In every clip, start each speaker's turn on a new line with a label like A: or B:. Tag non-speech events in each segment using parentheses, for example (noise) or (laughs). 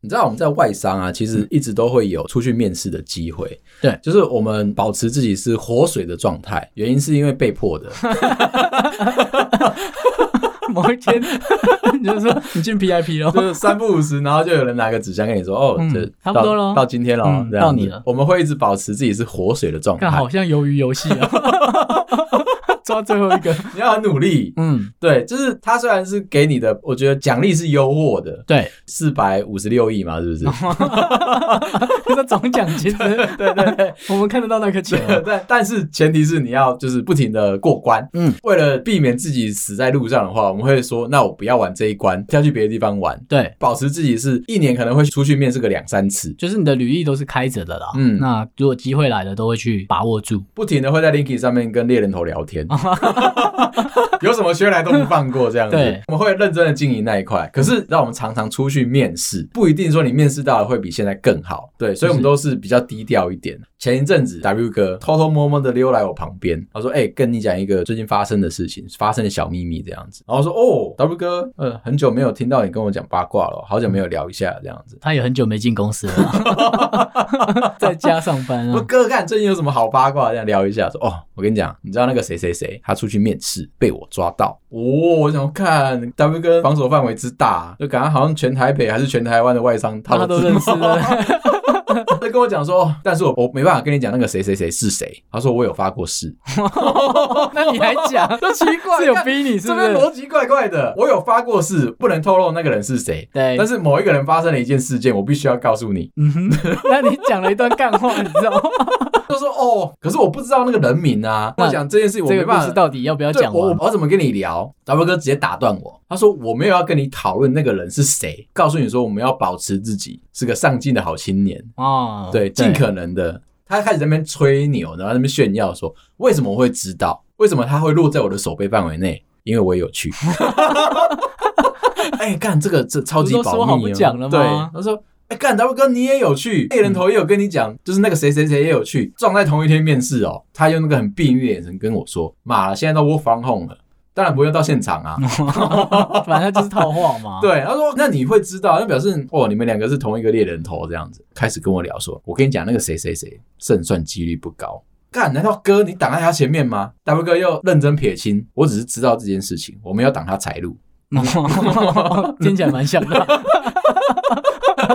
A: 你知道我们在外商啊，其实一直都会有出去面试的机会。
B: 对
A: 就是我们保持自己是活水的状态，原因是因为被迫的。
B: (laughs) 某一天你就说你进
A: (laughs)
B: PIP
A: 就
B: 了，
A: 是三不五时，然后就有人拿个纸箱跟你说：“哦，
B: 嗯
A: 这
B: 差不
A: 到
B: 多咯
A: 到今天了
B: 嗯，
A: 这样
B: 到
A: 子
B: 你了
A: 我们会一直保持自己是活水的状态
B: 看，好像鱿鱼游戏 (laughs) 啊，抓最后一个，
A: 你要很努力。
B: 嗯，
A: 对，就是他虽然是给你的，我觉得奖励是优渥的，
B: 对，
A: 四百五十六亿嘛，是不是？
B: 那总奖金，
A: 对对对，
B: 我们看得到那
A: (laughs)
B: 颗球啊，
A: 但但是前提是你要就是不停的过关，
B: 嗯，
A: 为了避免自己死在路上的话，我们会说，那我不要玩这一关，要去别的地方玩，
B: 对，
A: 保持自己是一年可能会出去面试个两三次，
B: 就是你的履历都是开着的啦，
A: 嗯
B: 那如果机会来了，都会去把握住，
A: 不停的会在 Linky 上面跟猎人头聊天， (laughs) 有什么缺来都不放过这样子
B: 对，
A: 我们会认真的经营那一块。可是让我们常常出去面试，不一定说你面试到的会比现在更好，对，所以我们都是比较低调一点。前一阵子 W 哥偷偷摸摸的溜来我旁边，他说：“哎、跟你讲一个最近发生的事情，发生的小秘密这样子。”然后我说：“哦，W 哥，呃，很久没有听到你跟我讲八卦了，好久没有聊一下这样子。”
B: 他也很久没进公司了啦， (laughs) 在家上班
A: 说
B: 啊，
A: 哥看最近有什么好八卦，这样聊一下。说哦，我跟你讲，你知道那个谁谁谁，他出去面试被我抓到。哦，我想看 W 哥防守范围之大，就感觉好像全台北还是全台湾的外商， (laughs)
B: 他都
A: 知道
B: 认识了。
A: 他跟我讲说，哦但是我我没办法跟你讲那个谁谁谁是谁。他说我有发过誓，
B: (laughs) 那你还讲， (laughs) 都奇
A: 怪
B: 是有
A: 看
B: 逼你是
A: 这
B: 不
A: 边
B: 是？
A: 逻辑怪怪的。我有发过誓，不能透露那个人是谁。
B: 对
A: 但是某一个人发生了一件事件，我必须要告诉你。
B: 嗯哼， (laughs) 那你讲了一段干话，你知道吗？
A: 他说哦，可是我不知道那个人名啊。
B: 那
A: 我讲这件事情，我
B: 这
A: 没
B: 个故
A: 办法
B: 事到底要不要
A: 对
B: 讲
A: 我我
B: 完？
A: 我要怎么跟你聊？W 哥直接打断我，他说我没有要跟你讨论那个人是谁，告诉你说我们要保持自己是个上进的好青年，
B: 哦，
A: 对，尽可能的。他开始在那边吹牛，然后在那边炫耀说为什么我会知道，为什么他会落在我的手背范围内，因为我也有去。哎、干这个这超级
B: 不是
A: 保
B: 都
A: 密、哦，
B: 说好不讲了吗
A: 对，他说。哎、干 W 哥，你也有去，猎人头也有跟你讲，就是那个谁谁谁也有去，撞在同一天面试哦。他用那个很避孕的眼神跟我说：“妈了，现在都 work from home 了，当然不用到现场啊。
B: (laughs) 反正就是套话嘛。
A: 对，他说：“那你会知道，那表示哦，你们两个是同一个猎人头这样子。”开始跟我聊说：“我跟你讲，那个谁谁谁胜算几率不高。”干，难道哥你挡在他前面吗？W 哥又认真撇清，我只是知道这件事情，我没有挡他财路。
B: 听起来蛮像的。 (laughs)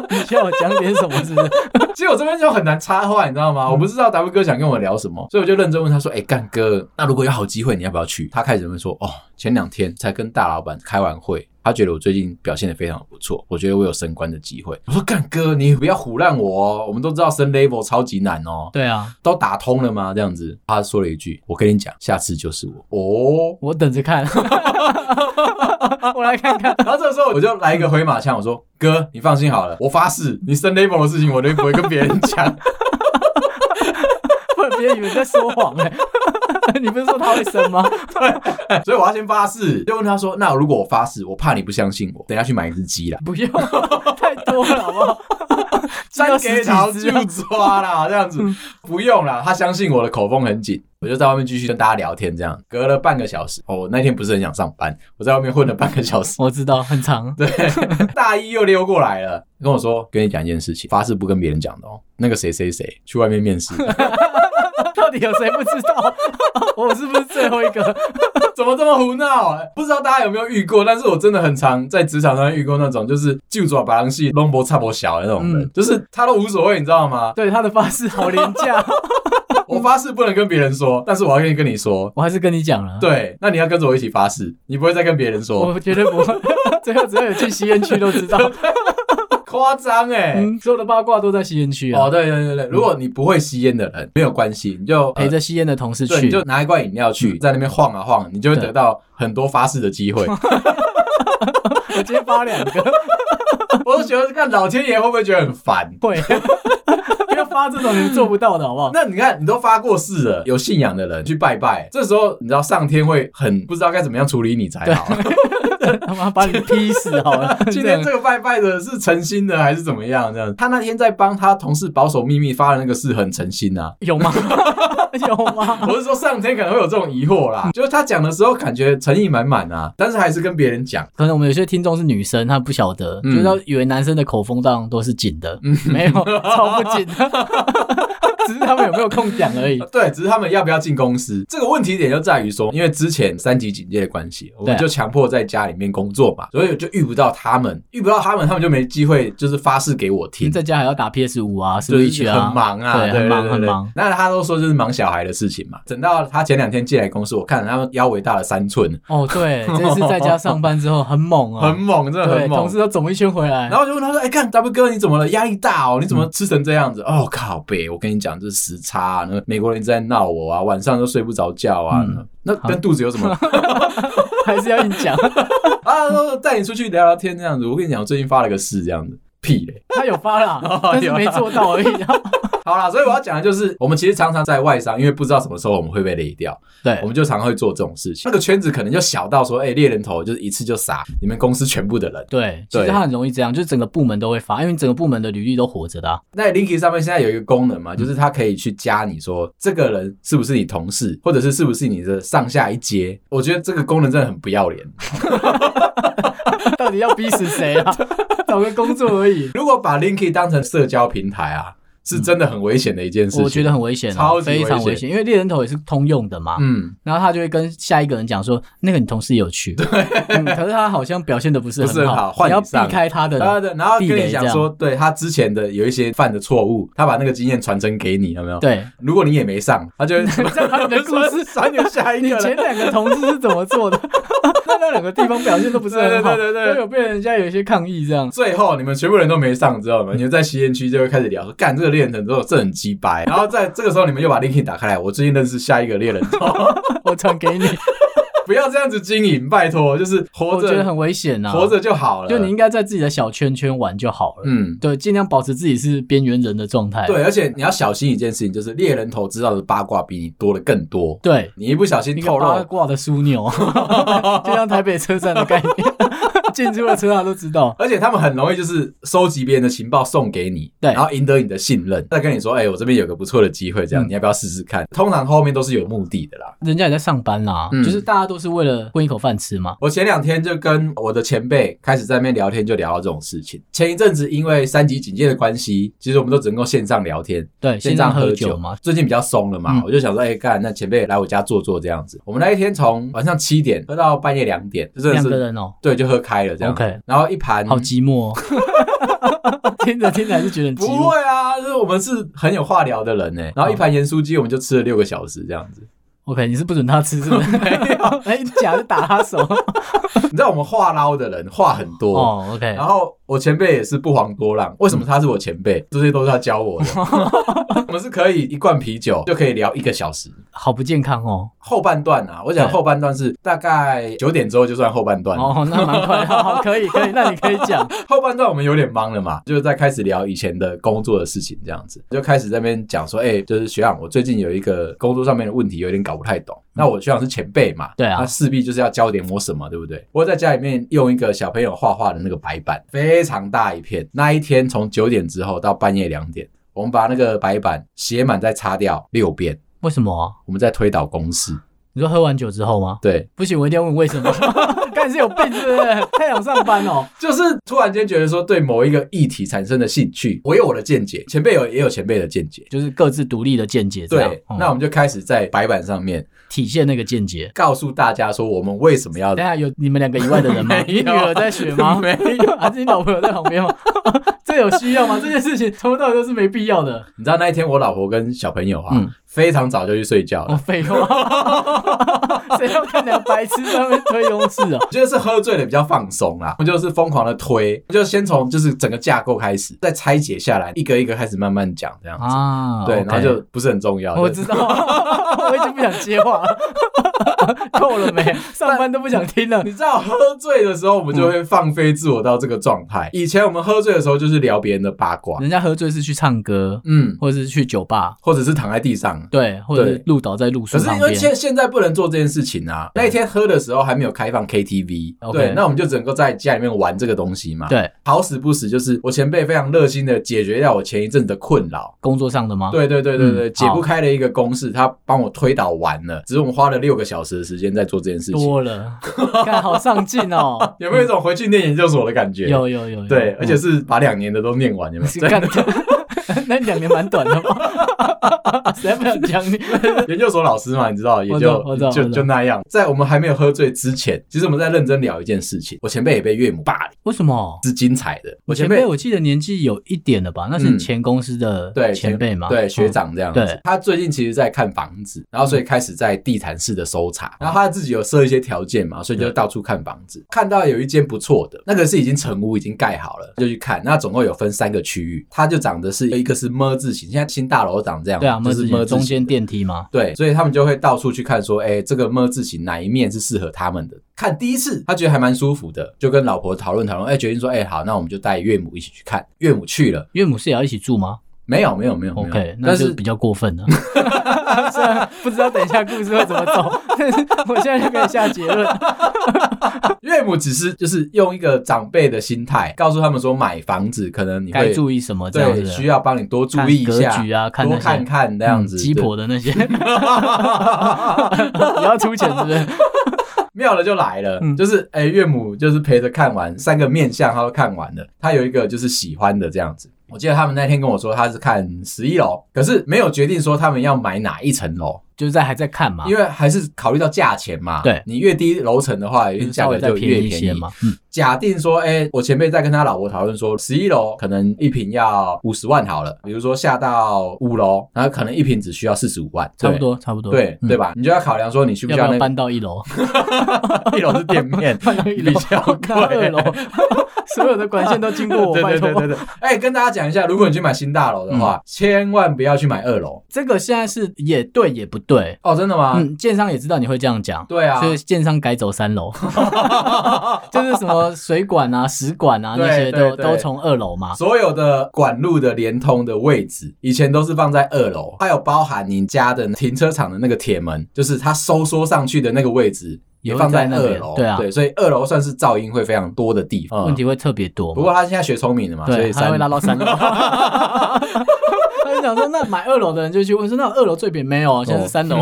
B: 你叫我讲点什么？是不是？
A: (laughs) 其实我这边就很难插话，你知道吗？我不知道 W 哥想跟我聊什么，所以我就认真问他说：“哎、干哥，那如果有好机会，你要不要去？”他开始问说：“哦，前两天才跟大老板开完会，他觉得我最近表现的非常不错，我觉得我有升官的机会。”我说：“干哥，你不要唬烂我哦，我们都知道升 level 超级难哦，
B: 对啊，
A: 都打通了吗？”这样子，他说了一句：“我跟你讲，下次就是我哦。”
B: 我等着看。 (laughs) 我来看看。
A: 然后这个时候我就来一个回马枪，我说：“哥，你放心好了，我发誓，你升 level 的事情我都不会跟别人讲。”
B: 不然别人以为你在说谎哎、 (laughs) 你不是说他会生吗？ (laughs)
A: 所以我要先发誓，就问他说：“那如果我发誓，我怕你不相信我，等一下去买一只鸡啦，
B: 不用， (laughs) 太多了，好不好？
A: 三给桃
B: 只
A: 就
B: 有十几只啊
A: 抓啦，这样子不用啦。”他相信我的口风很紧，我就在外面继续跟大家聊天，这样隔了半个小时。哦，我那天不是很想上班，我在外面混了半个小
B: (laughs)
A: 时。
B: 我知道，很长。
A: 对，大一又溜过来了，跟我说：“跟你讲一件事情，发誓不跟别人讲的哦。那个谁谁谁去外面面试，
B: 到底有谁不知道？ (laughs) 我是不是最后一个？
A: (laughs) 怎么这么胡闹、啊？不知道大家有没有遇过，但是我真的很常在职场上遇过那种，就是就爪白狼系龙博差不小的那种人，
B: 嗯
A: 就是他都无所谓，你知道
B: (laughs)
A: 吗？
B: 对他的发誓好廉 (laughs) 价，
A: 我发誓不能跟别人说，但是我要愿意跟你说。
B: 我还是跟你讲了。，
A: 对，那你要跟着我一起发誓，你不会再跟别人说，
B: 啊我绝对不会。 (laughs) 最后只要有去吸烟区都 (laughs) 知道，
A: 夸张哎。
B: 嗯，所有的八卦都在吸烟区啊。
A: 哦，对对对对，如果你不会吸烟的人，没有关系，你就
B: 陪
A: 着。
B: 着吸烟的同事
A: 对，你
B: 去嗯
A: 就，拿一罐饮料去，在那边晃啊晃，你就会
B: 对
A: 得到很多发誓的机
B: (laughs)
A: 会。
B: 我今天发两个，
A: 我都觉得，看老天爷会不会觉得很烦？
B: 会 (laughs) 不要发这种你做不到的好不好？
A: (laughs) 那你看，你都发过誓了，有 (laughs) 信仰的人去拜拜，这时候你知道上天会很不知道该怎么样处理你才好。
B: 他妈把你劈死好 (laughs) 了。
A: 今天
B: 这
A: 这个拜拜的是诚心的还是怎么样？这样，他那天在帮他同事保守秘密发的那个是很诚心
B: (laughs)
A: 啊。
B: 有吗？有吗？
A: 我是说上天可能会有这种疑惑
B: (laughs)
A: 啦，就是他讲的时候感觉诚意满满啊，但是还是跟别人讲。
B: 可能我们有些听众是女生，她不晓得，
A: 嗯
B: 就是她以为男生的口风当然都是紧的， (laughs) 没有，超不紧的， (laughs) 只是他们有没有空讲而已。
A: 对，只是他们要不要进公司这个问题点就在于说，因为之前三级警戒的关系，我
B: 对
A: 们
B: 啊
A: 就强迫在家里面工作嘛，所以我就遇不到他们，遇不到他们，他们就没机会就是发誓给我听。
B: 在家还要打 PS 五啊
A: 就是
B: ，Switch 啊，
A: 很忙啊，
B: 对，
A: 对
B: 很忙
A: 对
B: 很
A: 对
B: 忙。
A: 那他都说就是忙小孩的事情嘛。等到他前两天进来公司，我看他们腰围大了三寸，
B: 哦， (laughs) 对，这次在家上班之后很猛啊，
A: 很猛，真的
B: 对，
A: 很猛
B: 同。事都肿一圈回来
A: 然。后我就问他说：“哎、看 W 哥你怎么了？压力大哦，你怎么吃成这样子？”哦，靠北，我跟你讲，这是时差、啊，那美国人一直在闹我啊，晚上都睡不着觉啊。
B: 嗯
A: 那跟肚子有什
B: (laughs)
A: 么
B: 还是要硬讲，
A: 啊？说带你出去聊聊天这样子。我跟你讲，我最近发了个誓这样子，屁嘞！
B: 他哦有啊发啦，但是没做到而已。 (laughs)
A: 好啦，所以我要讲的就是，我们其实常常在外商，因为不知道什么时候我们会被雷掉，
B: 对
A: 我，们就常会做这种事情。那个圈子可能就小到说，哎、猎人头就是一次就杀你们公司全部的人。
B: 对，其实
A: 对
B: 他很容易这样，就是整个部门都会发，因为你整个部门的履历都活着
A: (laughs)
B: 的、啊。
A: 那 Linky 上面现在有一个功能嘛，就是它可以去加你说这个人是不是你同事，或者是是不是你的上下一阶。我觉得这个功能真的很不要脸。
B: 到底要逼死谁啊？ (laughs) 找个工作而已，
A: 如果把 Linky 当成社交平台啊，是真的很危险的一件事情。
B: 我觉得很危险、啊，
A: 超级危
B: 非
A: 险
B: 常危险，因为猎人头也是通用的嘛。
A: 嗯，
B: 然后他就会跟下一个人讲说，那个你同事也有去，嗯可是他好像表现的不是
A: 不是
B: 很
A: 很好换
B: 你要
A: 你上
B: 避开他的。
A: 啊对，然后跟
B: 避雷
A: 你讲说，对他之前的有一些犯的错误，他把那个经验传承给你，有没有？，
B: 对，
A: 如果你也没上，他
B: (laughs)
A: 就会
B: 这样他们的故
A: (laughs)
B: 事
A: 传给下一
B: (laughs) 你
A: 个
B: 前
A: 人。
B: 两个同事是怎么做的？ (laughs) 那那两个地方表现都不是很好，
A: 对对对对对
B: 都有被人家有一些抗议这样。
A: 最后你们全部人都没上，知
B: (laughs)
A: 道吗？你们在吸烟区就会开始聊说，干这个猎人头这很鸡掰。然后在这个时候，你们又把 LinkedIn 打开来，我最近认识下一个猎人头，
B: 我传给你，
A: 不要这样子经营， (laughs) 拜托，就是活
B: 我觉得
A: 着
B: 很危险呐、啊。
A: 活着就好了。
B: 就你应该在自己的小圈圈玩就好了。
A: 嗯。
B: 对，尽量保持自己是边缘人的状态。
A: 对，而且你要小心一件事情，就是猎人头知道的八卦比你多的更多。
B: 对，
A: 你一不小心
B: 一
A: 透
B: 个八
A: 露，
B: 卦的
A: (laughs)
B: 枢纽，就像台北车站的概念，进出了车他都知道。
A: 而且他们很容易就是收集别人的情报送给你，
B: 对
A: 然后赢得你的信任，再跟你说，哎、我这边有个不错的机会，这样、
B: 嗯
A: 你要不要试试看？通常后面都是有目的的啦。
B: 人家也在上班啦，
A: 嗯
B: 就是大家都是为了混一口饭吃嘛。
A: 我前两天就跟我的前辈开始在那边聊天，就聊到这种事情。前一阵子因为三级警戒的关系，其实我们都只能够线上聊天、
B: 对，线上喝酒嘛。。
A: 最近比较松了嘛，
B: 嗯
A: 我就想说，哎、干，那前辈来我家坐坐这样子。我们那一天从晚上七点喝到半夜两点，就真的
B: 两个
A: 是嗯
B: 人哦、
A: 对，就喝开了这样。
B: OK
A: 然后一盘
B: 好寂
A: (laughs)
B: 寞、哦。听着听着还是觉得很寂
A: 不
B: 寞。
A: 会啊，就是我们是很有话聊的人呢、然后
B: 嗯
A: 一盘盐酥鸡，我们就吃了六个小时这样子。
B: OK，你是不准他吃是
A: (laughs)
B: 不是？哎，你假就打他手。
A: 你知道我们话唠的人话很多
B: 哦，OK，
A: 然后我前辈也是不遑多让，为什么他是我前辈？这些都是他教我的。我们是可以一罐啤酒就可以聊一个小时。
B: 好不健康哦。
A: 后半段啊，我讲
B: 对
A: 后半段是大概九点之后就算后半段。
B: 哦，那蛮快的，好，可以可以，那你可以
A: (laughs)
B: 讲。
A: 后半段我们有点忙了嘛，就在开始聊以前的工作的事情，这样子就开始在那边讲说，哎、就是学长，我最近有一个工作上面的问题，有点搞不太懂。那我学长是前辈嘛，
B: 对啊
A: 他势必就是要教点我什么，对不对？我在家里面用一个小朋友画画的那个白板，非常大一片。那一天从九点之后到半夜两点，我们把那个白板写满再擦掉六遍，
B: 为什么、啊？
A: 我们再推导公式。
B: 你说喝完酒之后吗？
A: 对，
B: 不行，我一定要问为什么。 (laughs) 干是有病是不是？ (laughs) 太想上班哦。
A: 就是突然间觉得说对某一个议题产生的兴趣，我有我的见解，前辈有也有前辈的见解。
B: 就是各自独立的见解，这样
A: 对，
B: 嗯
A: 那我们就开始在白板上面
B: 体现那个见解。
A: 告诉大家说我们为什么要
B: 等一下有你们两个以外的人吗？
A: (laughs) 没有
B: 你女儿在学吗？
A: (laughs) 没
B: (laughs) 有，还是你老婆有在旁边吗？ (laughs) 这有需要吗？这件事情从头到尾都是没必要的。
A: 你知道那一天我老婆跟小朋友啊，
B: 嗯
A: 非常早就去睡觉了。
B: 哦，废话， (laughs) 谁要看两个白痴在那边推公式啊？
A: 我觉得是喝醉了比较放松啦，我就是疯狂的推，就先从就是整个架构开始，再拆解下来，一个一个开始慢慢讲这样子。(laughs)
B: 啊
A: 对，然后
B: OK
A: 就不是很重要。
B: (laughs) 我
A: 就
B: 知道，我已经不想接话了。 (laughs) 够了没？上班都不想
A: (laughs)
B: 听了
A: 你。知道喝醉的时候，我们就
B: 嗯
A: 会放飞自我到这个状态。以前我们喝醉的时候就是聊别人的八卦，
B: 人家喝醉是去唱歌，
A: 嗯，
B: 或者是去酒吧，
A: 或者是躺在地上。
B: 对，或者是
A: 对
B: 路倒在路
A: 可
B: 树
A: 是
B: 旁
A: 因为
B: 边。
A: 现现在不能做这件事情啊。那一天喝的时候还没有开放 KTV，
B: OK
A: 对，那我们就只能够在家里面玩这个东西嘛。，
B: 对，
A: 好死不死就是我前辈非常热心的解决掉我前一阵子的困扰。
B: 工作上的吗？，
A: 对对对对对，
B: 嗯
A: 解不开的一个公式，他帮我推导完了，只是我们花了六个小时的时间在做这件事情。
B: 多了，看好上进哦。
A: 有没有一种回去念研究所的感觉？
B: 有有有
A: (laughs)
B: 有，
A: 对，
B: 嗯
A: 而且是把两年的都念完，有
B: (laughs)
A: 没有？
B: 干的，那两年蛮短的嘛。谁不想讲你？
A: 研究所老师嘛，你知道，也
B: 我懂我
A: 就
B: 懂
A: 就
B: 我懂
A: 就那样。在我们还没有喝醉之前，其实我们在认真聊一件事情。我前辈也被岳母霸凌，
B: 为什么？
A: 是精彩的。我
B: 我
A: 前
B: 前
A: 辈
B: 辈我记得年纪有一点了吧？那是
A: 嗯
B: 你前公司的
A: 对
B: 前辈嘛？
A: 对
B: 嗯
A: 学。长这样子。
B: 对嗯
A: 他最近其实在看房子，然后所以开始在地毯式的搜查，然后他自己有设一些条件嘛，所以就到处看房子，看到有一间不错的，那个是已经成屋已经盖好了，就去看。那总共有分三个区域，它就长得是一个是么字形，现在新大楼长这样，
B: 对啊，
A: 就
B: 么
A: 是
B: 子
A: 么
B: 中
A: 字形
B: 间电梯嘛，
A: 对，所以他们就会到处去看，说，哎、这个么字形哪一面是适合他们的？看第一次，他觉得还蛮舒服的，就跟老婆讨论讨论，哎、决定说，哎、好，那我们就带岳母一起去看。岳母去了，
B: 岳母是也要一起住吗
A: 没有，没有，没有，没有。
B: ？OK，那
A: 但
B: 就是比较过分
A: (laughs)
B: 了。 (laughs) 虽然不知道等一下故事会怎么走， (laughs) 但是我现在就可以下结论。
A: 岳母只是就是用一个长辈的心态，告诉他们说，买房子可能你
B: 该
A: 会
B: 注意什么这样
A: 对
B: 子？啊
A: 需要帮你多注
B: 看
A: 意一
B: 格
A: 下，
B: 局啊，看
A: 多
B: 那
A: 看
B: 些
A: 看这样子。
B: 嗯鸡
A: 对
B: 婆的
A: (laughs)
B: 那些，你要出钱是不是？ (laughs)
A: 妙了就来了，
B: 嗯
A: 就是哎、岳母就是陪着看完三个面相，她都看完了，她有一个就是喜欢的这样子。我记得他们那天跟我说，他是看十一楼，可是没有决定说他们要买哪一层楼，
B: 就是在还在看嘛，
A: 因为还是考虑到价钱嘛。
B: 对
A: 你越低楼层的话，
B: 就
A: 因为
B: 是
A: 价
B: 稍
A: 格
B: 微再
A: 就越
B: 便宜一
A: 便宜
B: 些。嘛。嗯，
A: 假定说，哎、我前辈在跟他老婆讨论说，十一楼可能一平要五十万好了，比如说下到五楼，然后可能一平只需要四十五万，
B: 差不多，差不多，
A: 对，对
B: 嗯
A: 对？吧？你就要考量说，你需不
B: 要
A: 需
B: 不
A: 那
B: 要
A: 个
B: 搬到
A: (laughs)
B: 一楼？
A: 一楼是店
B: (laughs)
A: 面，
B: 搬到一楼
A: 比较
B: 搬到
A: 贵 (laughs)
B: 二楼，所有的管线都经过我，
A: 对
B: 拜
A: 对对
B: 托
A: 对。对，哎、跟大家讲一下，如果你去买新大楼的
B: 嗯
A: 话，千万不要去买二楼
B: 这个现在是也对也不对，
A: 哦，真的吗？
B: 嗯，建商也知道你会这样讲。
A: 对啊，
B: 所以建商改走
A: (laughs)
B: 三楼，就是什么水管啊、食管啊
A: 对
B: 那些都
A: 对对
B: 都从二楼嘛。
A: 所有的管路的连通的位置，以前都是放在二楼，还有包含你家的停车场的那个铁门，就是它收缩上去的那个位置，也
B: 也会
A: 放在
B: 在那
A: 二
B: 边
A: 楼。
B: 对啊
A: 对，所以二楼算是噪音会非常多的地方。
B: 问题会特别多嘛。
A: 不过他现在学聪明了嘛，所
B: 对，
A: 以
B: 他
A: 三
B: 会拉到三楼。 (laughs) 他就想说，那买二楼的人就去问说，那二楼最便宜没有
A: 哦
B: 啊？现在是
A: (laughs)
B: 三楼，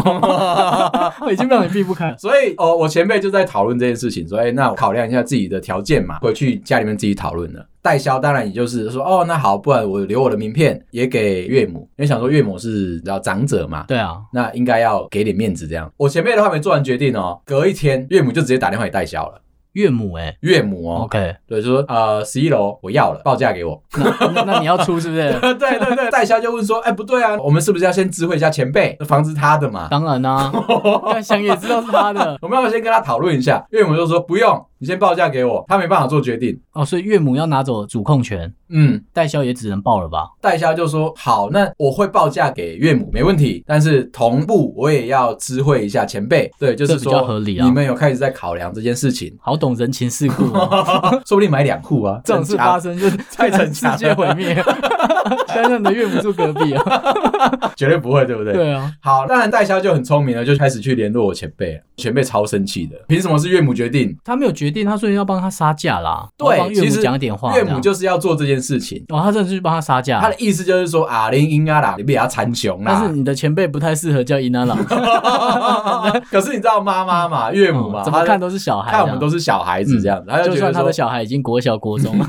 B: 我已经让你避不开。
A: (laughs) 所以哦，我前辈就在讨论这件事情，说，哎、那我考量一下自己的条件嘛，回去家里面自己讨论了。代销当然也就是说，哦，那好，不然我留我的名片也给岳母，因为想说岳母是比较长者嘛。
B: 对啊，
A: 那应该要给点面子，这样。我前辈都还没做完决定哦，隔一天岳母就直接打电话给代销了。
B: 岳母哎、
A: 岳母哦
B: OK，
A: 对，就说呃十一楼我要了，报价给
B: (laughs)
A: 我。
B: 那那你要出是
A: (laughs)
B: 不是？
A: 对对
B: (laughs)
A: 对，代销就问说，哎、不对啊，我们是不是要先知会一下前辈，房子他的嘛？
B: 当然啦、啊，想也知道是他的
A: 我们要不要先跟他讨论一下？岳母就说不用，你先报价给我，他没办法做决定。
B: 哦，所以岳母要拿走主控权，
A: 嗯，
B: 代销也只能报了吧？
A: 代销就说好，那我会报价给岳母，没问题。但是同步我也要知会一下前辈，对，就是
B: 这比
A: 说
B: 较合理啊
A: 你们有开始在考量这件事情，
B: 好懂人情世故、哦，
A: (laughs) 说不定买两户啊，
B: (laughs) 这种事
A: 增加
B: 发生就是
A: 太逞强
B: 世
A: 了
B: 界毁
A: (laughs)
B: 灭，想想你的岳母住隔壁啊，
A: 绝对不会，对不对？
B: 对啊，
A: 好，当然代销就很聪明了，就开始去联络我前辈了。前辈超生气的，凭什么是岳母决定？
B: 他没有决定，他所以要帮他杀价啦，
A: 对
B: 我要帮岳
A: 其
B: 母
A: 实
B: 讲一点话，
A: 岳
B: 这
A: 母
B: 样
A: 就是要做这件事情。
B: 哦，他真的是去帮他杀价，
A: 他的意思就是说啊，林英啊啦，你别给他残雄啦。
B: 但是你的前辈不太适合叫伊娜老，
A: (laughs) 可是你知道妈妈嘛，岳母嘛，
B: 嗯怎么看
A: 都
B: 都是小孩。
A: 看我们都是小孩子这样子，他
B: 这样，
A: 就
B: 就
A: 觉
B: 算
A: 得
B: 他
A: 说
B: 的小孩已经国小国
A: (laughs)
B: 中了。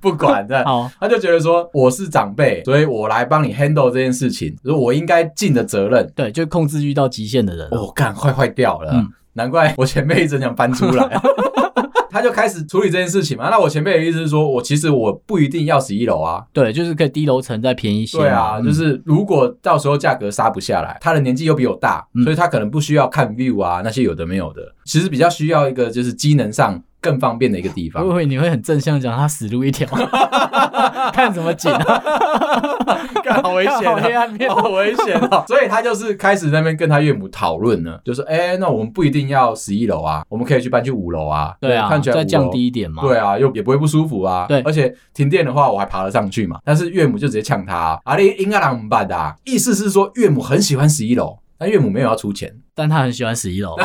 A: 不管的，
B: 好，
A: 他就觉得说我是长辈，所以我来帮你 handle 这件事情，就是我应该尽的责任。
B: 对，就控制欲到极限的人了。啊
A: 我哦干，快坏掉了，
B: 嗯
A: 难怪我前辈一直想搬出
B: (laughs)
A: 来。他就开始处理这件事情嘛。那我前辈的意思是说，我其实我不一定要十一楼啊。
B: 对，就是可以低楼层再便宜一些嘛。
A: 对啊，
B: 嗯
A: 就是如果到时候价格杀不下来，他的年纪又比我大，
B: 嗯
A: 所以他可能不需要看 view 啊那些有的没有的，其实比较需要一个就是机能上更方便的一个地方
B: 我以。为你会很正向讲他死路
A: (laughs)
B: 一条，看怎么剪啊，
A: 干好危
B: (laughs) 好黑暗面哦，
A: (laughs) 好危险哦！所以他就是开始那边跟他岳母讨论了，就说：“哎、那我们不一定要十一楼啊，我们可以去搬去五楼啊。”
B: 对啊，
A: 看起来
B: 再
A: 五楼
B: 降低一点嘛，
A: 对啊，又也不会不舒服啊。
B: 对
A: 而且停电的话，我还爬得上去嘛。但是岳母就直接呛他啊，啊你应该让我们办的、啊，意思是说岳母很喜欢十一楼，但岳母没有要出
B: (laughs)
A: 钱，
B: 但他很喜欢十一
A: (laughs)
B: 楼，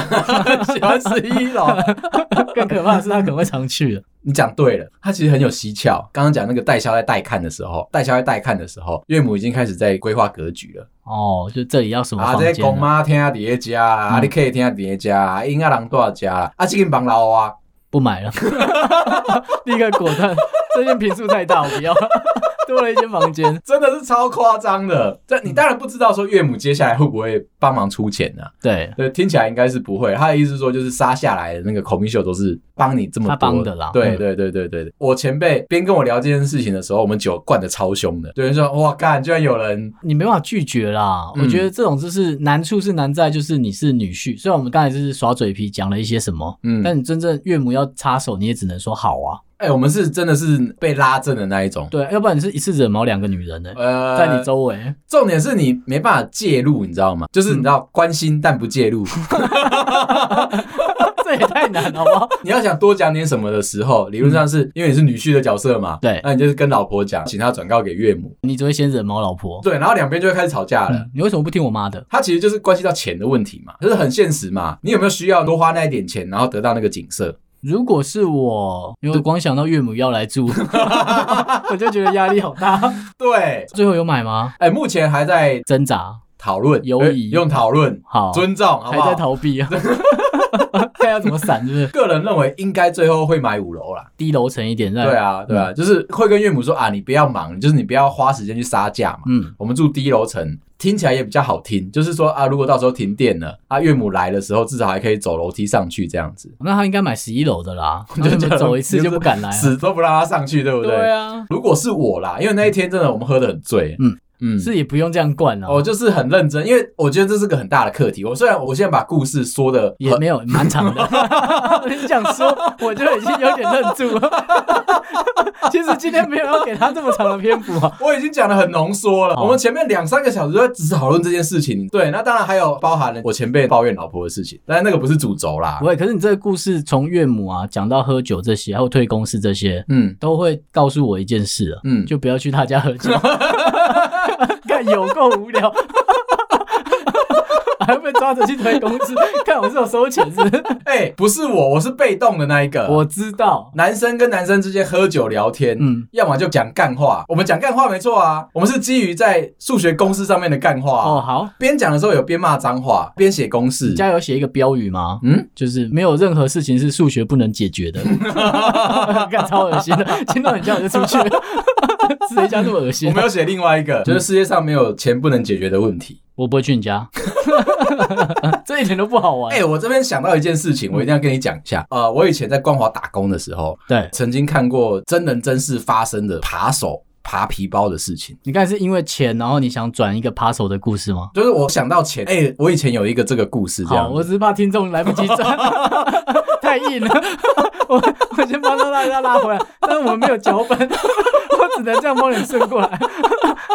A: 喜欢十一楼。
B: 更可怕的是他可能会常去的。
A: 你讲对了，他其实很有蹊跷。刚刚讲那个代销在带看的时候，代销在带看的时候，岳母已经开始在规划格局了。
B: 哦，就这里要什么
A: 啊，
B: 房
A: 这
B: 间
A: 些公
B: 啊、
A: 妈听啊底下家啊，啊
B: 嗯
A: 你可以听啊底下家啊，因啊人多少家啊，啊这间房老啊，
B: 不买
A: (laughs)
B: 了，立刻果断，这间平数太大，我不要，多了一间房间。
A: 真的是超夸张的。这你当然不知道说岳母接下来会不会帮忙出钱呢、啊？
B: 对，
A: (laughs) 对，听起来应该是不会。他的意思是说，就是杀下来的那个 commission 都是帮你这么多
B: 他帮的啦
A: 对
B: 嗯
A: 对对对对对，我前辈边跟我聊这件事情的时候，我们酒灌的超凶的，有人说哇干，居然有人
B: 你没办法拒绝啦。
A: 嗯
B: 我觉得这种就是难处是难在就是你是女婿，虽然我们刚才就是耍嘴皮讲了一些什么，
A: 嗯，
B: 但你真正岳母要插手，你也只能说好啊。
A: 哎、我们是真的是被拉正的那一种。
B: 对，要不然你是一次惹毛两个女人呢、
A: 呃
B: 在你周围， (laughs)
A: 重点是你没办法介入，你知道吗？就是你知
B: 嗯
A: 道关心但不介
B: (laughs)
A: 入，
B: 这也太难了好不好？
A: 你要想多讲点什么的时候，理论上是因为你是女婿的角色嘛，
B: 对
A: 那你就是跟老婆讲，请她转告给岳母，
B: 你只会先惹毛老婆。
A: 对，然后两边就会开始吵架了。
B: 嗯你为什么不听我妈的？
A: 它其实就是关系到钱的问题嘛，就是很现实嘛。你有没有需要多花那一点钱，然后得到那个景色？
B: 如果是我，因为我光想到岳母要来
A: (laughs)
B: 住，我就觉得压力好大。
A: 对，
B: 最后有买吗？
A: 哎、目前还在
B: 挣扎，
A: 讨论，
B: 犹
A: 呃
B: 疑
A: 用讨论，
B: 好，
A: 尊重，好不
B: 还在
A: 好？(laughs)
B: 逃避 (laughs) 啊，看要怎么闪，是不是？
A: 个人认为应该最后会买五楼啦。
B: 低楼层一点，
A: 对，啊，对
B: 嗯
A: 啊，就是会跟岳母说啊，你不要忙，就是你不要花时间去杀价嘛。
B: 嗯，
A: 我们住低楼层，听起来也比较好听，就是说啊，如果到时候停电了，啊，岳母来的时候至少还可以走楼梯上去这样子，
B: 那他应该买十一楼的 (laughs) 啦，
A: 就
B: 就
A: 这样
B: 走一次就不敢来了。
A: 死都不让她上去，对不对？
B: 对啊，
A: 如果是我啦，因为那一天真的我们喝得很醉，
B: 嗯
A: 嗯，
B: 是也不用这样惯啊
A: 我
B: 了，
A: 哦就是很认真，因为我觉得这是个很大的课题。我虽然我现在把故事说的
B: 也没有蛮长 (laughs) 的。你想说，我就已经有点愣住 (laughs) 了。其实今天没有要给他这么长的篇幅啊。
A: 我已经讲的很浓缩了。
B: 哦
A: 我们前面两三个小时都在只是讨论这件事情，对，那当然还有包含了我前辈抱怨老婆的事情，但是那个不是主轴啦
B: 不。会，可是你这个故事从岳母啊讲到喝酒这些，还有退公司这些，
A: 嗯
B: 都会告诉我一件事啊，
A: 嗯，
B: 就不要去他家喝 (laughs) 酒，看有够无 (laughs) 聊。还被抓着去推公司，看我是有收钱是不是？
A: 哎、不是我，我是被动的那一个。
B: 我知道，
A: 男生跟男生之间喝酒聊天，
B: 嗯
A: 要么就讲干话。我们讲干话没错啊，我们是基于在数学公式上面的干话、
B: 哦，好，
A: 边讲的时候有边骂脏话，边写公式。
B: 加油写一个标语吗？
A: 嗯，
B: 就是没有任何事情是数学不能解决 (laughs) 的，干超恶心的，听到你叫我就出 (laughs) 去了，谁家那么
A: (laughs)
B: 恶
A: 我
B: 心？
A: 们有写另外一个，就是世界上没有钱不能解决的问题。
B: 我不会去你家， (laughs) 这一点都不好玩。
A: 哎、我这边想到一件事情，我一定要跟你讲一下。呃，我以前在光华打工的时候，
B: 对
A: 曾经看过真人真事发生的扒手扒皮包的事情。
B: 你刚才是因为钱，然后你想转一个扒手的故事吗？
A: 就是我想到钱，哎、我以前有一个这个故事，这
B: 好，
A: 样
B: 我只是怕听众来不及转， (laughs) 太硬了。 (laughs) 我我先帮到大家拉回来，但是我们没有脚本， (laughs) 我只能这样帮你顺过来。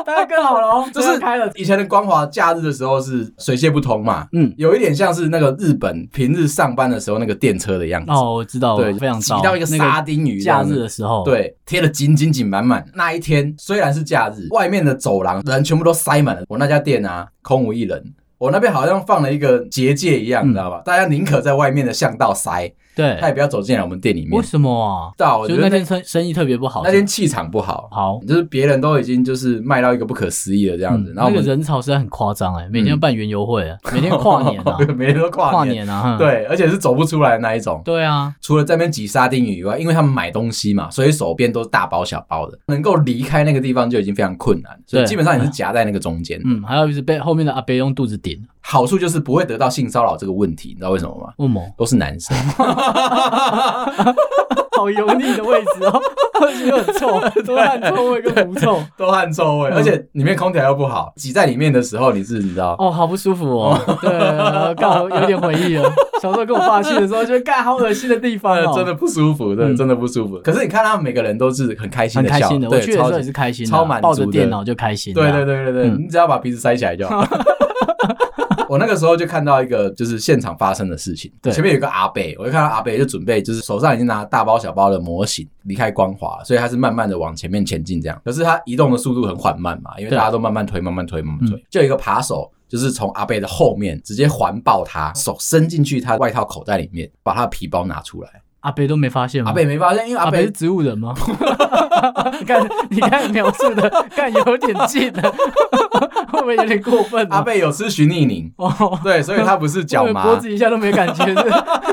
B: 大家跟好了哦，
A: 就
B: 这
A: 是
B: 样开了。
A: 以前的光华假日的时候是水泄不通嘛，
B: 嗯，
A: 有一点像是那个日本平日上班的时候那个电车的样子，
B: 哦，我知道，
A: 对，
B: 我非常
A: 挤
B: 糟。
A: 到一个
B: 那
A: 沙丁鱼这
B: 假
A: 样子，
B: 日的时候，，
A: 对，贴的紧紧紧满满。那一天虽然是假日，外面的走廊人全部都塞满了，我那家店啊空无一人。我那边好像放了一个结界一样，你知
B: 嗯
A: 道吧？大家宁可在外面的巷道塞，
B: 对
A: 他也不要走进来我们店里
B: 为
A: 面。
B: 什么啊？
A: 到我
B: 哎
A: 觉
B: 就是那
A: 得那
B: 天生生意特别不好，
A: 那天气场不好，
B: 好，
A: 就是别人都已经就是卖到一个不可思议了这样子，
B: 嗯
A: 然后我
B: 那个
A: 们
B: 人潮实在很夸张哎，每天要办园游会，每天跨年啊，
A: 每天都 (laughs) 跨
B: 跨
A: 年，
B: 年啊，哼
A: 对，而且是走不出来的那一种。
B: 对啊，
A: 除了在那边挤沙丁鱼以外，因为他们买东西嘛，所以手边都是大包小包的，能够离开那个地方就已经非常困难，所以
B: 对
A: 基本上你是夹在那个中间。
B: 嗯，还有就是被后面的阿伯用肚子顶，
A: 好处就是不会 (laughs) 得到性骚扰这个问题，你知道为什么吗？
B: 为什么？
A: 都是男生，
B: 好油腻的味置 (laughs) 哦，而且又很
A: (laughs)
B: 臭，多汗臭味跟狐臭，
A: 都汗臭味，
B: 嗯
A: 而且里面空调又不好，挤在里面的时候，你是你知道，
B: 哦，好不舒服哦。对，呃刚好有点回忆了。小时候跟我爸去的时候，觉得干好恶心的地方
A: 呃 (laughs)
B: 哦，
A: (laughs) 真的不舒服，真的
B: 嗯
A: 真的不舒服。可是你看他们每个人都是很开心
B: 很
A: 的
B: 开
A: 笑，
B: 心的。我
A: 对，
B: 去的时
A: 超
B: 候也
A: 级
B: 是开心的，
A: 超满足
B: 抱
A: 的
B: 着电脑就开心。
A: 对对，对对对，
B: 嗯
A: 你只要把鼻子塞起来就
B: (laughs)
A: 好。 (laughs) 我那个时候就看到一个就是现场发生的事情，
B: 对
A: 前面有一个阿贝，我就看到阿贝就准备就是手上已经拿大包小包的模型离开光华，所以他是慢慢的往前面前进这样，可是他移动的速度很缓慢嘛，因为
B: 对嗯
A: 大家都慢慢推慢慢推慢慢推，就有一个扒手。就是从阿贝的后面直接环抱他，手伸进去他外套口袋里面，把他的皮包拿出来。
B: 阿北都没发现吗？
A: 阿贝没发现，因为
B: 阿
A: 阿
B: 北
A: 贝
B: 是植物
A: (laughs)
B: 人吗？你看，你看描述的，看有点
A: (laughs)
B: 近了，会不会有点过分、啊？
A: 阿贝有吃徐逆宁，
B: 哦，
A: 对，所以他不是脚
B: 我以为
A: 麻，
B: 脖子一下都没感
A: (laughs)
B: 觉，是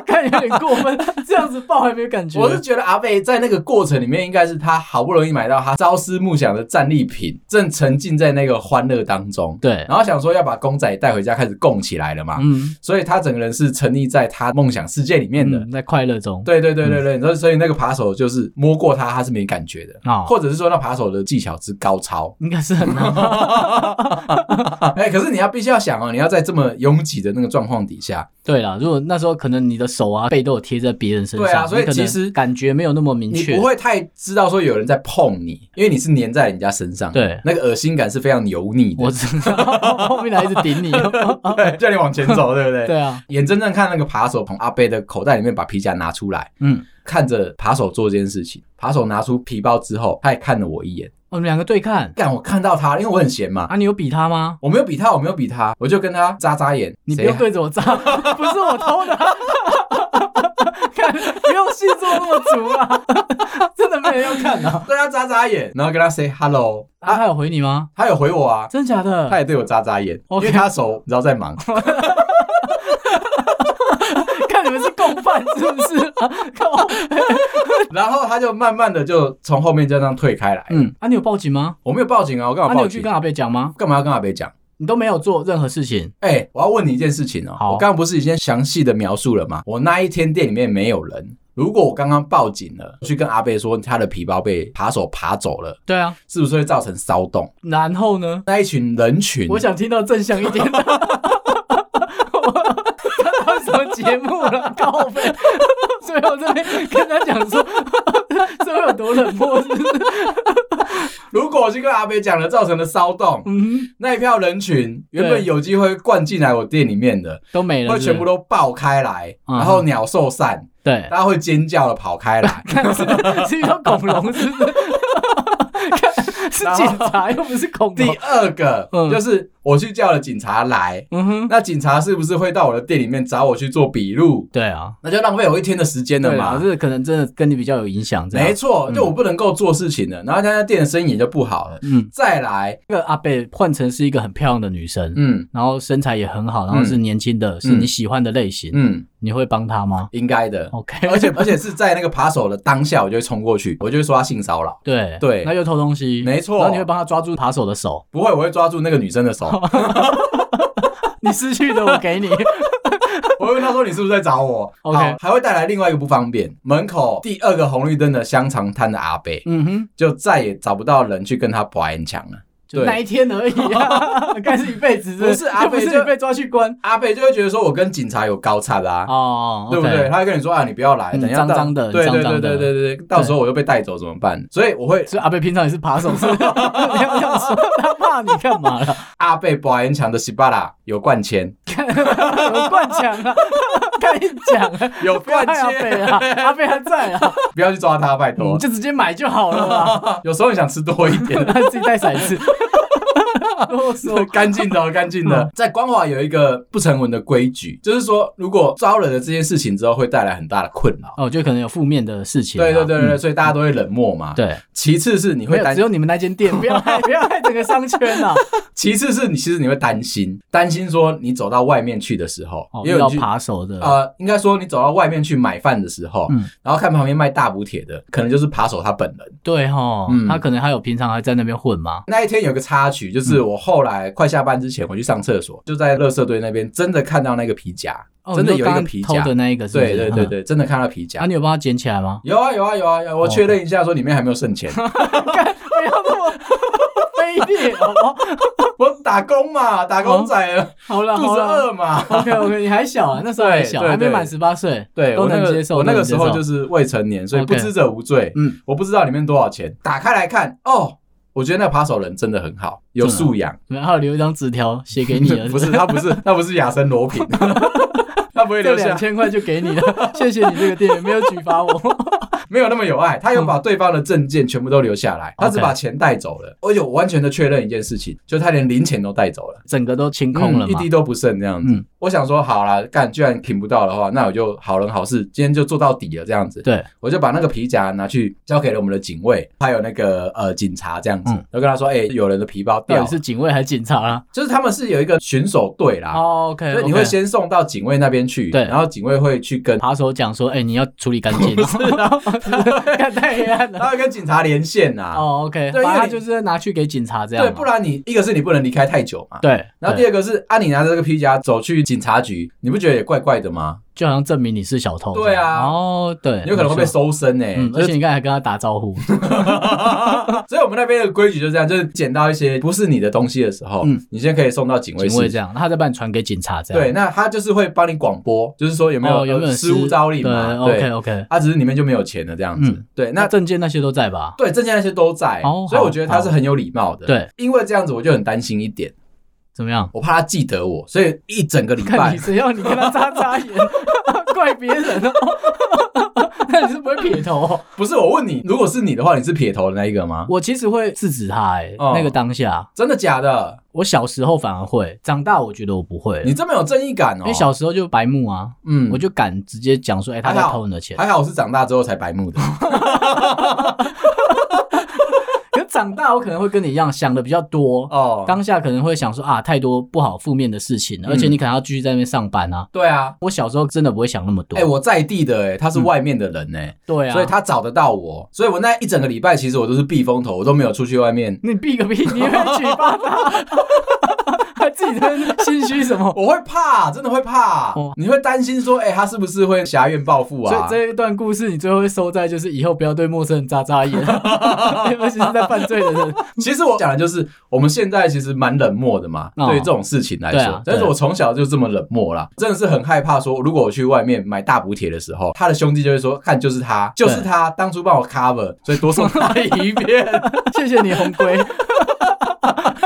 B: 看有点过分，这样子抱还没感觉。
A: 我是觉得阿贝在那个过程里面，应该是他好不容易买到他朝思暮想的战利品，正沉浸在那个欢乐当中。
B: 对，
A: 然后想说要把公仔带回家，开始供起来了嘛，
B: 嗯，
A: 所以他整个人是沉溺在他梦想世界里面的。
B: 嗯在快乐中，
A: 对对对对对，所以所以那个扒手就是摸过他，他是没感觉的，
B: 哦。
A: 或者是说那扒手的技巧之高超
B: 应该是很难。
A: (laughs) 哎、可是你要必须要想哦，你要在这么拥挤的那个状况底下，
B: 对啦，如果那时候可能你的手啊、背都有贴在别人身上，
A: 对啊所以
B: 你可能
A: 其实
B: 感觉没有那么明
A: 你
B: 确。
A: 不会太知道说有人在碰你，因为你是粘在人家身上，
B: 对
A: 那个恶心感是非常油腻的。
B: 我知道后面来一直顶你。
A: (laughs) 对，叫你往前
B: (laughs)
A: 走，对不对？
B: 哦对啊，
A: 眼睁睁看那个扒手从阿贝的口袋里面把皮夹拿出来，
B: 嗯，
A: 看着扒手做这件事情。扒手拿出皮包之后，他也看了我一眼。
B: 我们两个对看
A: 干，我看到他，因为我很闲嘛，
B: 啊，你有比他吗？
A: 我没有比他，我没有比他，我就跟他眨眨眼。
B: 你不
A: 谁
B: 用对着我扎， (laughs) 不是我偷的。 (laughs) 看，不用戏做那么足啊， (laughs) 真的没人要看啊。
A: 对他眨眨眼，然后跟他 say hello
B: 啊，
A: 啊，
B: 他有回你吗？
A: 他有回我啊，
B: 真假的？
A: 他也对我眨眨眼，因
B: OK 哦
A: 为他手你知道在
B: (laughs)
A: 忙，
B: 看你们是共犯是 (laughs) 不是？啊看我，
A: 然后他就慢慢的就从后面就这样退开来。
B: 嗯，啊，你有报警吗？
A: 我没有报警啊，我干
B: 啊，
A: 嘛
B: 你
A: 报
B: 有去
A: 警？
B: 跟阿贝讲吗？
A: 干嘛要跟阿北讲？
B: 你都没有做任何事情，
A: 哎、我要问你一件事情哦、
B: 好
A: 我刚刚不是已经详细的描述了吗？我那一天店里面没有人。如果我刚刚报警了，去跟阿贝说他的皮包被扒手扒走了，
B: 对啊，
A: 是不是会造成骚动？
B: 然后呢？
A: 那一群人群，
B: 我想听到正向一 (laughs) 点的。他什么节目了？高飞，所以我这边跟他讲说， (laughs) 这会有多冷漠，是不是？
A: (laughs) 如果我去跟阿贝讲了，造成了骚动，
B: 嗯，
A: 那一票人群
B: 对
A: 原本有机会灌进来我店里面的，
B: 都没了
A: 会
B: 是不是，
A: 全部都爆开来，
B: 嗯
A: 然后鸟兽散，
B: 对，。
A: 大家会尖叫的跑开来
B: (laughs) 看是是遇到恐龙，是不是？看是
A: 然后
B: 警察又不是恐
A: 第
B: 龙。
A: 二个
B: 嗯
A: 就是我去叫了警察来，
B: 嗯哼，
A: 那警察是不是会到我的店里面找我去做笔录？
B: 对啊，
A: 那就浪费我一天的时间了
B: 对啊，
A: 嘛。
B: 这可能真的跟你比较有影响，这样
A: 没。错，
B: 嗯
A: 就我不能够做事情了，然后他家店的生意也就不好了。
B: 嗯，
A: 再来，
B: 那个阿贝换成是一个很漂亮的女生，
A: 嗯
B: 然后身材也很好，然后是年轻的，是你喜欢的类型，
A: 嗯，
B: 你会帮她吗
A: 应该的。
B: ？OK，
A: 而且而且是在那个扒手的当下，我就会冲过去，我就会说他性骚扰。
B: 对
A: 对
B: 那就偷东西，
A: 没错
B: 然后你会帮她抓住扒手的手，
A: 不会，我会抓住那个女生的手，
B: 哦你失去的我给
A: (laughs)
B: 你，
A: 我会问他说你是不是在找我
B: OK
A: 好还会带来另外一个不方便，门口第二个红绿灯的香肠摊的阿伯，
B: 嗯哼，
A: 就再也找不到人去跟他保安墙了。
B: 就
A: 对
B: 那一天而已啊，
A: (laughs)
B: 该是一辈子，
A: 不是阿
B: 又
A: 贝
B: 不是
A: 就
B: 你被抓去关
A: 阿伯就会觉得说我跟警察有高差啦、
B: 哦，
A: 啊对不
B: OK
A: 对？？他会跟你说啊，你不要来，
B: 嗯
A: 等一下到
B: 脏脏的
A: 对
B: 脏
A: 对
B: 脏
A: 对对
B: 的
A: 对对对，到时候我又被带走怎么办？所以我会
B: 所以阿贝平常也是扒手，是不是 (laughs) 你要这样说，他怕你干嘛了？
A: 阿贝保安墙的西巴拉有灌
B: (laughs)
A: 铅，
B: 有灌墙啊，跟你讲啊，
A: 有
B: 不要
A: 灌
B: 害阿贝啊
A: 铅，，
B: 阿贝还在啊，
A: (laughs) 不要去抓他，拜
B: 你
A: 托。
B: 就直接买就好
A: (laughs)
B: 了啦，
A: 有时候你想吃多一点，
B: (laughs) 他自己带骰子。啰嗦，
A: 干净的哦，干净
B: 嗯
A: 的。在光华有一个不成文的规矩，就是说如果招惹了这件事情之后，会带来很大的困扰。
B: 哦，就可能有负面的事情啊。
A: 对对对对，对
B: 嗯
A: 所以大家都会冷漠嘛。，
B: 对，
A: 其次是你
B: 没
A: 会
B: 有
A: 担
B: 只，有你们那间
A: (laughs)
B: 店，不要害不要害整个商圈啊呐。
A: 其次是你其实你会担心，担心说你走到外面去的时候，
B: 哦，
A: 也
B: 遇
A: 有
B: 到
A: 去
B: 扒手的，
A: 呃，应该说你走到外面去买饭的时候，
B: 嗯
A: 然后看旁边卖大补铁的，可能就是扒手他本人。
B: 对哈
A: 嗯，
B: 他可能还有平常还在那边混嘛。嗯
A: 那一天有个插曲，就是我我后来快下班之前，我去上厕所，就在垃圾堆那边真的看到那个皮夹，
B: 哦
A: 真的
B: 你
A: 有
B: 说
A: 一个
B: 刚
A: 皮
B: 偷
A: 夹
B: 的，那一个是不是，
A: 对对对
B: 嗯。
A: 对，真的看到皮夹？
B: 啊，。你有帮他捡起来吗
A: (laughs) 有啊有啊有啊有啊，我确认一下说里面还没有剩
B: (laughs)
A: 钱，
B: 不要这么卑劣，好
A: 哦
B: 不好？
A: 我打工嘛，打
B: 哦
A: 工仔了，
B: 好了
A: 肚
B: 好
A: 子
B: 了
A: 饿
B: (laughs)
A: 嘛。
B: ，OK OK，你还小啊，那时候还小，
A: 对对
B: 还没满
A: 对
B: 十八岁，
A: 对
B: 都
A: 我那
B: 能接
A: 个
B: 受。
A: 我那
B: 都
A: 个
B: 能接
A: 时候
B: 受
A: 就是未成年，所以不
B: OK
A: 知者无罪。
B: 嗯，
A: 我不知道里面多少钱，打开来看，哦，我觉得那个扒手人真的很好，有
B: 真的
A: 素养。
B: 然后留一张纸条写给你 (laughs) 了，
A: (laughs) 不是他不是他不是亚森罗平， (laughs) 他不会
B: 这
A: 留
B: 两
A: 下，
B: 千块就给你了， (laughs) 谢谢你这个店员没有举发我。
A: 没有那么有爱，他有把对方的证件全部都留下来，他只
B: 嗯 OK
A: 把钱带走了。而且我完全的确认一件事情，就是他连零钱都带走了，
B: (laughs) 整个都清空了
A: 嗯一
B: 嘛？
A: 滴都不剩这样子。
B: 嗯
A: 我想说，好啦，干，居然停不到的话，那我就好人好事，今天就做到底了这样子。
B: 对，
A: 我就把那个皮夹拿去交给了我们的警卫，还有那个呃警察这样子，
B: 嗯
A: 我跟他说，哎、有人的皮包掉
B: 到
A: 了
B: 底，是警卫还是警察啦？
A: 就是他们是有一个巡守队啦。
B: 哦，OK，
A: 所以你
B: OK
A: 会先送到警卫那边去，
B: 对
A: 然后警卫会去跟
B: 扒手讲说，哎，你要处理干 (laughs) 净，看太黑暗 (laughs) 了。
A: 他会跟警察连线呐、
B: 哦，OK，
A: 对因为
B: 把他
A: 你
B: 就是拿去给警察这样
A: 对，
B: 嘛，
A: 不然你一个是你不能离开太久嘛，
B: 对，
A: 然后第
B: 对
A: 二个是啊，你拿着这个皮夹走去警察局，你不觉得也怪怪的吗？
B: 就好像证明你是小偷这样，
A: 对啊
B: 哦，对，
A: 你有可能会被
B: 没错。
A: 搜身呢、欸
B: 嗯，
A: 就
B: 而
A: 是
B: 且你刚才还跟他打招 (laughs) 呼，
A: 所以我们那边的规矩就是这样，就是捡到一些不是你的东西的时候，
B: 嗯
A: 你先可以送到警卫
B: 警卫
A: 室。
B: 这样，他再把你传给警察这样，
A: 对，那他就是会帮你广播，就是说有没有、
B: 哦，有没有
A: 呃失物招领嘛？对，
B: ？OK OK，
A: 他、只是里面就没有钱了这样子。
B: 嗯
A: 对，那
B: 那证件那些都在吧？
A: 对证件那些都在，
B: 哦
A: 所以
B: 好
A: 我觉得他是很有礼貌的。
B: 对，
A: 因为这样子我就很担心一点，
B: 怎么样？
A: 我怕他记得我，所以一整个礼
B: (laughs) 看
A: 拜
B: 你谁要你跟他眨
A: (laughs)
B: 眨眼，怪别人哦。 (laughs) 那你是不会撇头、哦？
A: 不是我问你，如果是你的话，你是撇头的那一个吗？
B: 我其实会制止他、欸，
A: 哦
B: 那个当下，
A: 真的假的？
B: 我小时候反而会，长大我觉得我不会了，
A: 你这么有正义感哦！
B: 因为小时候就白目啊，
A: 嗯，
B: 我就敢直接讲说，哎、他
A: 还
B: 在
A: 好
B: 偷你的钱。
A: 还好我是长大之后才白
B: (laughs)
A: 目的。
B: 可长大我可能会跟你一样想的比较多，
A: 哦，
B: 当下可能会想说啊，太多不好负面的事情了，
A: 嗯
B: 而且你可能要继续在那边上班啊。
A: 对啊，
B: 我小时候真的不会想那么多，
A: 哎、我在地的哎、他是外面的人哎、
B: 啊对啊，
A: 所以他找得到我，所以我那一整个礼拜其实我都是避风头，我都没有出去外面。
B: 你闭个屁，你会举报他，他自己在那边心虚什么？
A: 我会怕，真的会怕，
B: 哦
A: 你会担心说，哎、他是不是会狭怨报复
B: 所以
A: 啊？
B: 这一段故事，你最后会收在就是以后不要对陌生人眨眨眼， (laughs) 尤其是在犯罪的人。
A: 其实我讲的就是，我们现在其实蛮冷漠的嘛，
B: 哦
A: 对于这种事情来
B: 对
A: 说。
B: 啊对
A: 但是我从小就这么冷漠啦，真的是很害怕说，如果我去外面买大补帖的时候，他的兄弟就会说，看就是他，就是他当初帮我 cover，所以多送他
B: (laughs)
A: 一遍。
B: 谢谢你，红龟，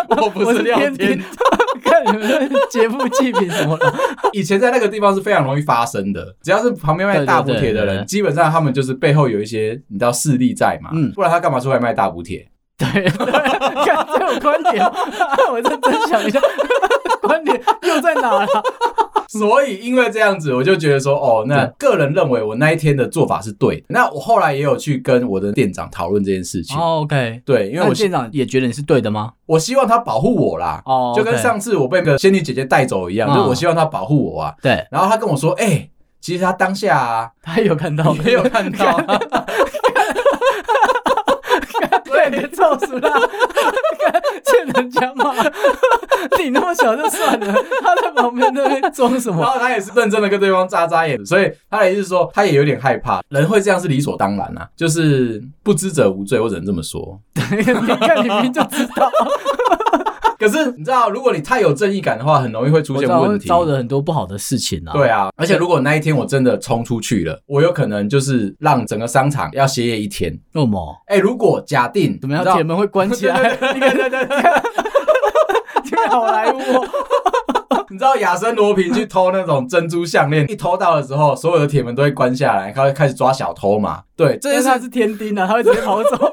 A: 我不
B: 我
A: 是
B: 是
A: 廖
B: 天
A: 天
B: 庭。看你们在劫富济贫什么的，
A: 以前在那个地方是非常容易发生的，只要是旁边卖大补
B: 对
A: 帖
B: 对
A: 的
B: 对对
A: 人，
B: 对
A: 基本上他们就是背后有一些你知道势力在嘛，
B: 嗯
A: 不然他干嘛出来卖大补帖？
B: 对，对看这种观点，我认真想一下，观点又在哪了？
A: 所以因为这样子，我就觉得说，哦，那个人认为我那一天的做法是对的。那我后来也有去跟我的店长讨论这件事情，
B: 哦，OK，
A: 对，因为
B: 那
A: 我
B: 店
A: 希
B: 长也觉得你是对的吗？
A: 我希望他保护我啦，
B: 哦
A: 就跟
B: OK
A: 上次我被那个仙女姐姐带走一样，
B: 嗯
A: 就是我希望他保护我啊。
B: 对
A: 然后他跟我说，哎、其实他当下
B: (laughs)
A: 啊，
B: 他有看到，
A: 也有 (laughs) 看到啊、
B: 对，你臭死 (laughs) 了！欠人家骂， (laughs) 你那么小就算了，他在旁边那边装什
A: 然
B: 么？
A: 后他也是认真的跟对方眨眨眼，所以他的意思是说，他也有点害怕，人会这样是理所当然啦、就是不知者无罪，我只能这么说。
B: 你看你明明就知道，
A: 可是你知道，如果你太有正义感的话，很容易会出
B: 我
A: 现
B: 知道会
A: 问题。
B: 招惹很多不好的事情啊。
A: 对啊，而且如果那一天我真的冲出去了，我有可能就是让整个商场要歇业一天。
B: 为什么？
A: 哎、如果假定
B: 怎么样？
A: 你知道
B: 铁门会关起 (laughs) 来？
A: 对对对对对对，
B: 这个好莱坞 (laughs) 哦，
A: 你知道亚森罗平去偷那种珍珠项链，一偷到的时候，所有的铁门都会关下来，他会开始抓小偷嘛？对，这件
B: 但是
A: 事
B: 他是天丁啊，他会直接跑 (laughs) 走，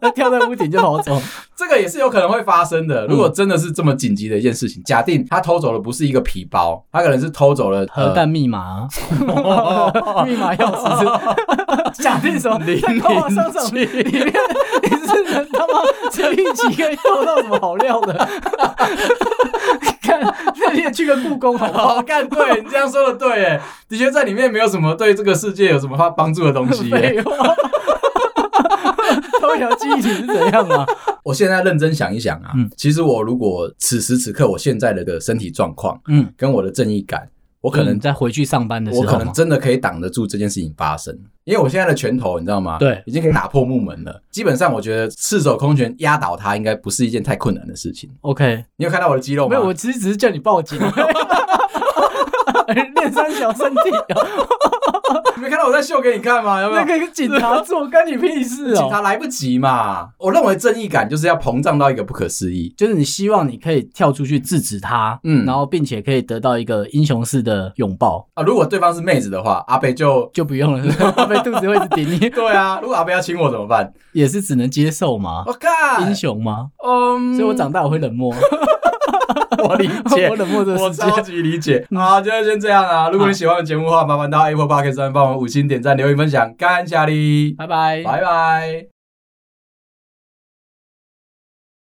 B: 他跳在屋顶就
A: (laughs)
B: 跑走。
A: 这个也是有可能会发生的。如果真的是这么紧急的一件事情，假定他偷走的不是一个皮包，他可能是偷走了呃
B: 核弹密码 (laughs) 啊，密码钥
A: (laughs)
B: 匙是假定 (laughs) 什么？
A: 零
B: 在通往商场里面，你是人他妈这一集可以偷到什么好料的？ (laughs) 看，那你也去个故宫好不好？ (laughs)
A: 哦，干对，你这样说的对，哎，的确在里面没有什么对这个世界有什么帮
B: (laughs)
A: 帮助的东西耶。
B: 废话，偷一条记忆体是怎样啊？
A: 我现在认真想一想啊，
B: 嗯
A: 其实我如果此时此刻我现在的的身体状况
B: 嗯，
A: 跟我的正义感，我可
B: 就是
A: 能
B: 你在回去上班的时
A: 我
B: 候
A: 可
B: 嘛，
A: 能真的可以挡得住这件事情发生，因为我现在的拳头，你知道吗？
B: 对
A: 已经可以打破木门了。基本上，我觉得赤手空拳压倒他应该不是一件太困难的事情。
B: OK。
A: 你有看到我的肌肉吗？
B: 没有，我其实只是叫你报警。 (laughs) 练三小身体，啊
A: 你没看到我在秀给你看吗？有没有？
B: 那个是警察做，干你屁事
A: 警
B: 哦！
A: 察来不及嘛。我认为正义感就是要膨胀到一个不可思议。
B: 就是你希望你可以跳出去制止他，
A: 嗯
B: 然后并且可以得到一个英雄式的拥抱，
A: 啊，如果对方是妹子的话，阿北就
B: 就不用了， (laughs) 会被肚子会一直顶你，
A: (laughs) 对啊。如果阿北要亲我怎么 (laughs) 办？
B: 也是只能接受嘛，
A: 我靠，
B: 英，雄吗？
A: 哦嗯，
B: 所以我长大我会冷漠，
A: 我理解
B: (laughs) 我。冷漠这个
A: 我
B: 世界。
A: 超级理 (laughs) 解。嗯好，今天先这样啦。如果你喜欢我的节目的话，麻烦到 Apple Podcast 上帮我们五星点赞、留言、分享，感谢你，
B: 拜拜。
A: 拜拜。